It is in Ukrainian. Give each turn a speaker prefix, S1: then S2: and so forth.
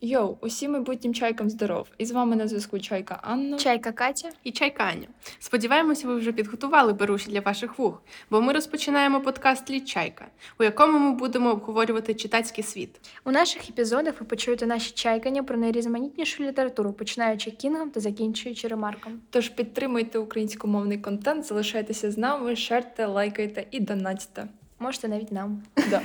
S1: Йоу, усім майбутнім чайкам здоров! І з вами на зв'язку чайка Анна.
S2: Чайка Катя.
S3: і чайка Аню. Сподіваємося, ви вже підготували беруші для ваших вух, бо ми розпочинаємо подкаст Лід Чайка, у якому ми будемо обговорювати читацький світ.
S2: У наших епізодах ви почуєте наші чайкання про найрізноманітнішу літературу, починаючи кінгом та закінчуючи ремарком.
S1: Тож підтримуйте українськомовний контент, залишайтеся з нами, шерте, лайкайте і донатьте.
S2: Можете навіть нам.
S1: Да.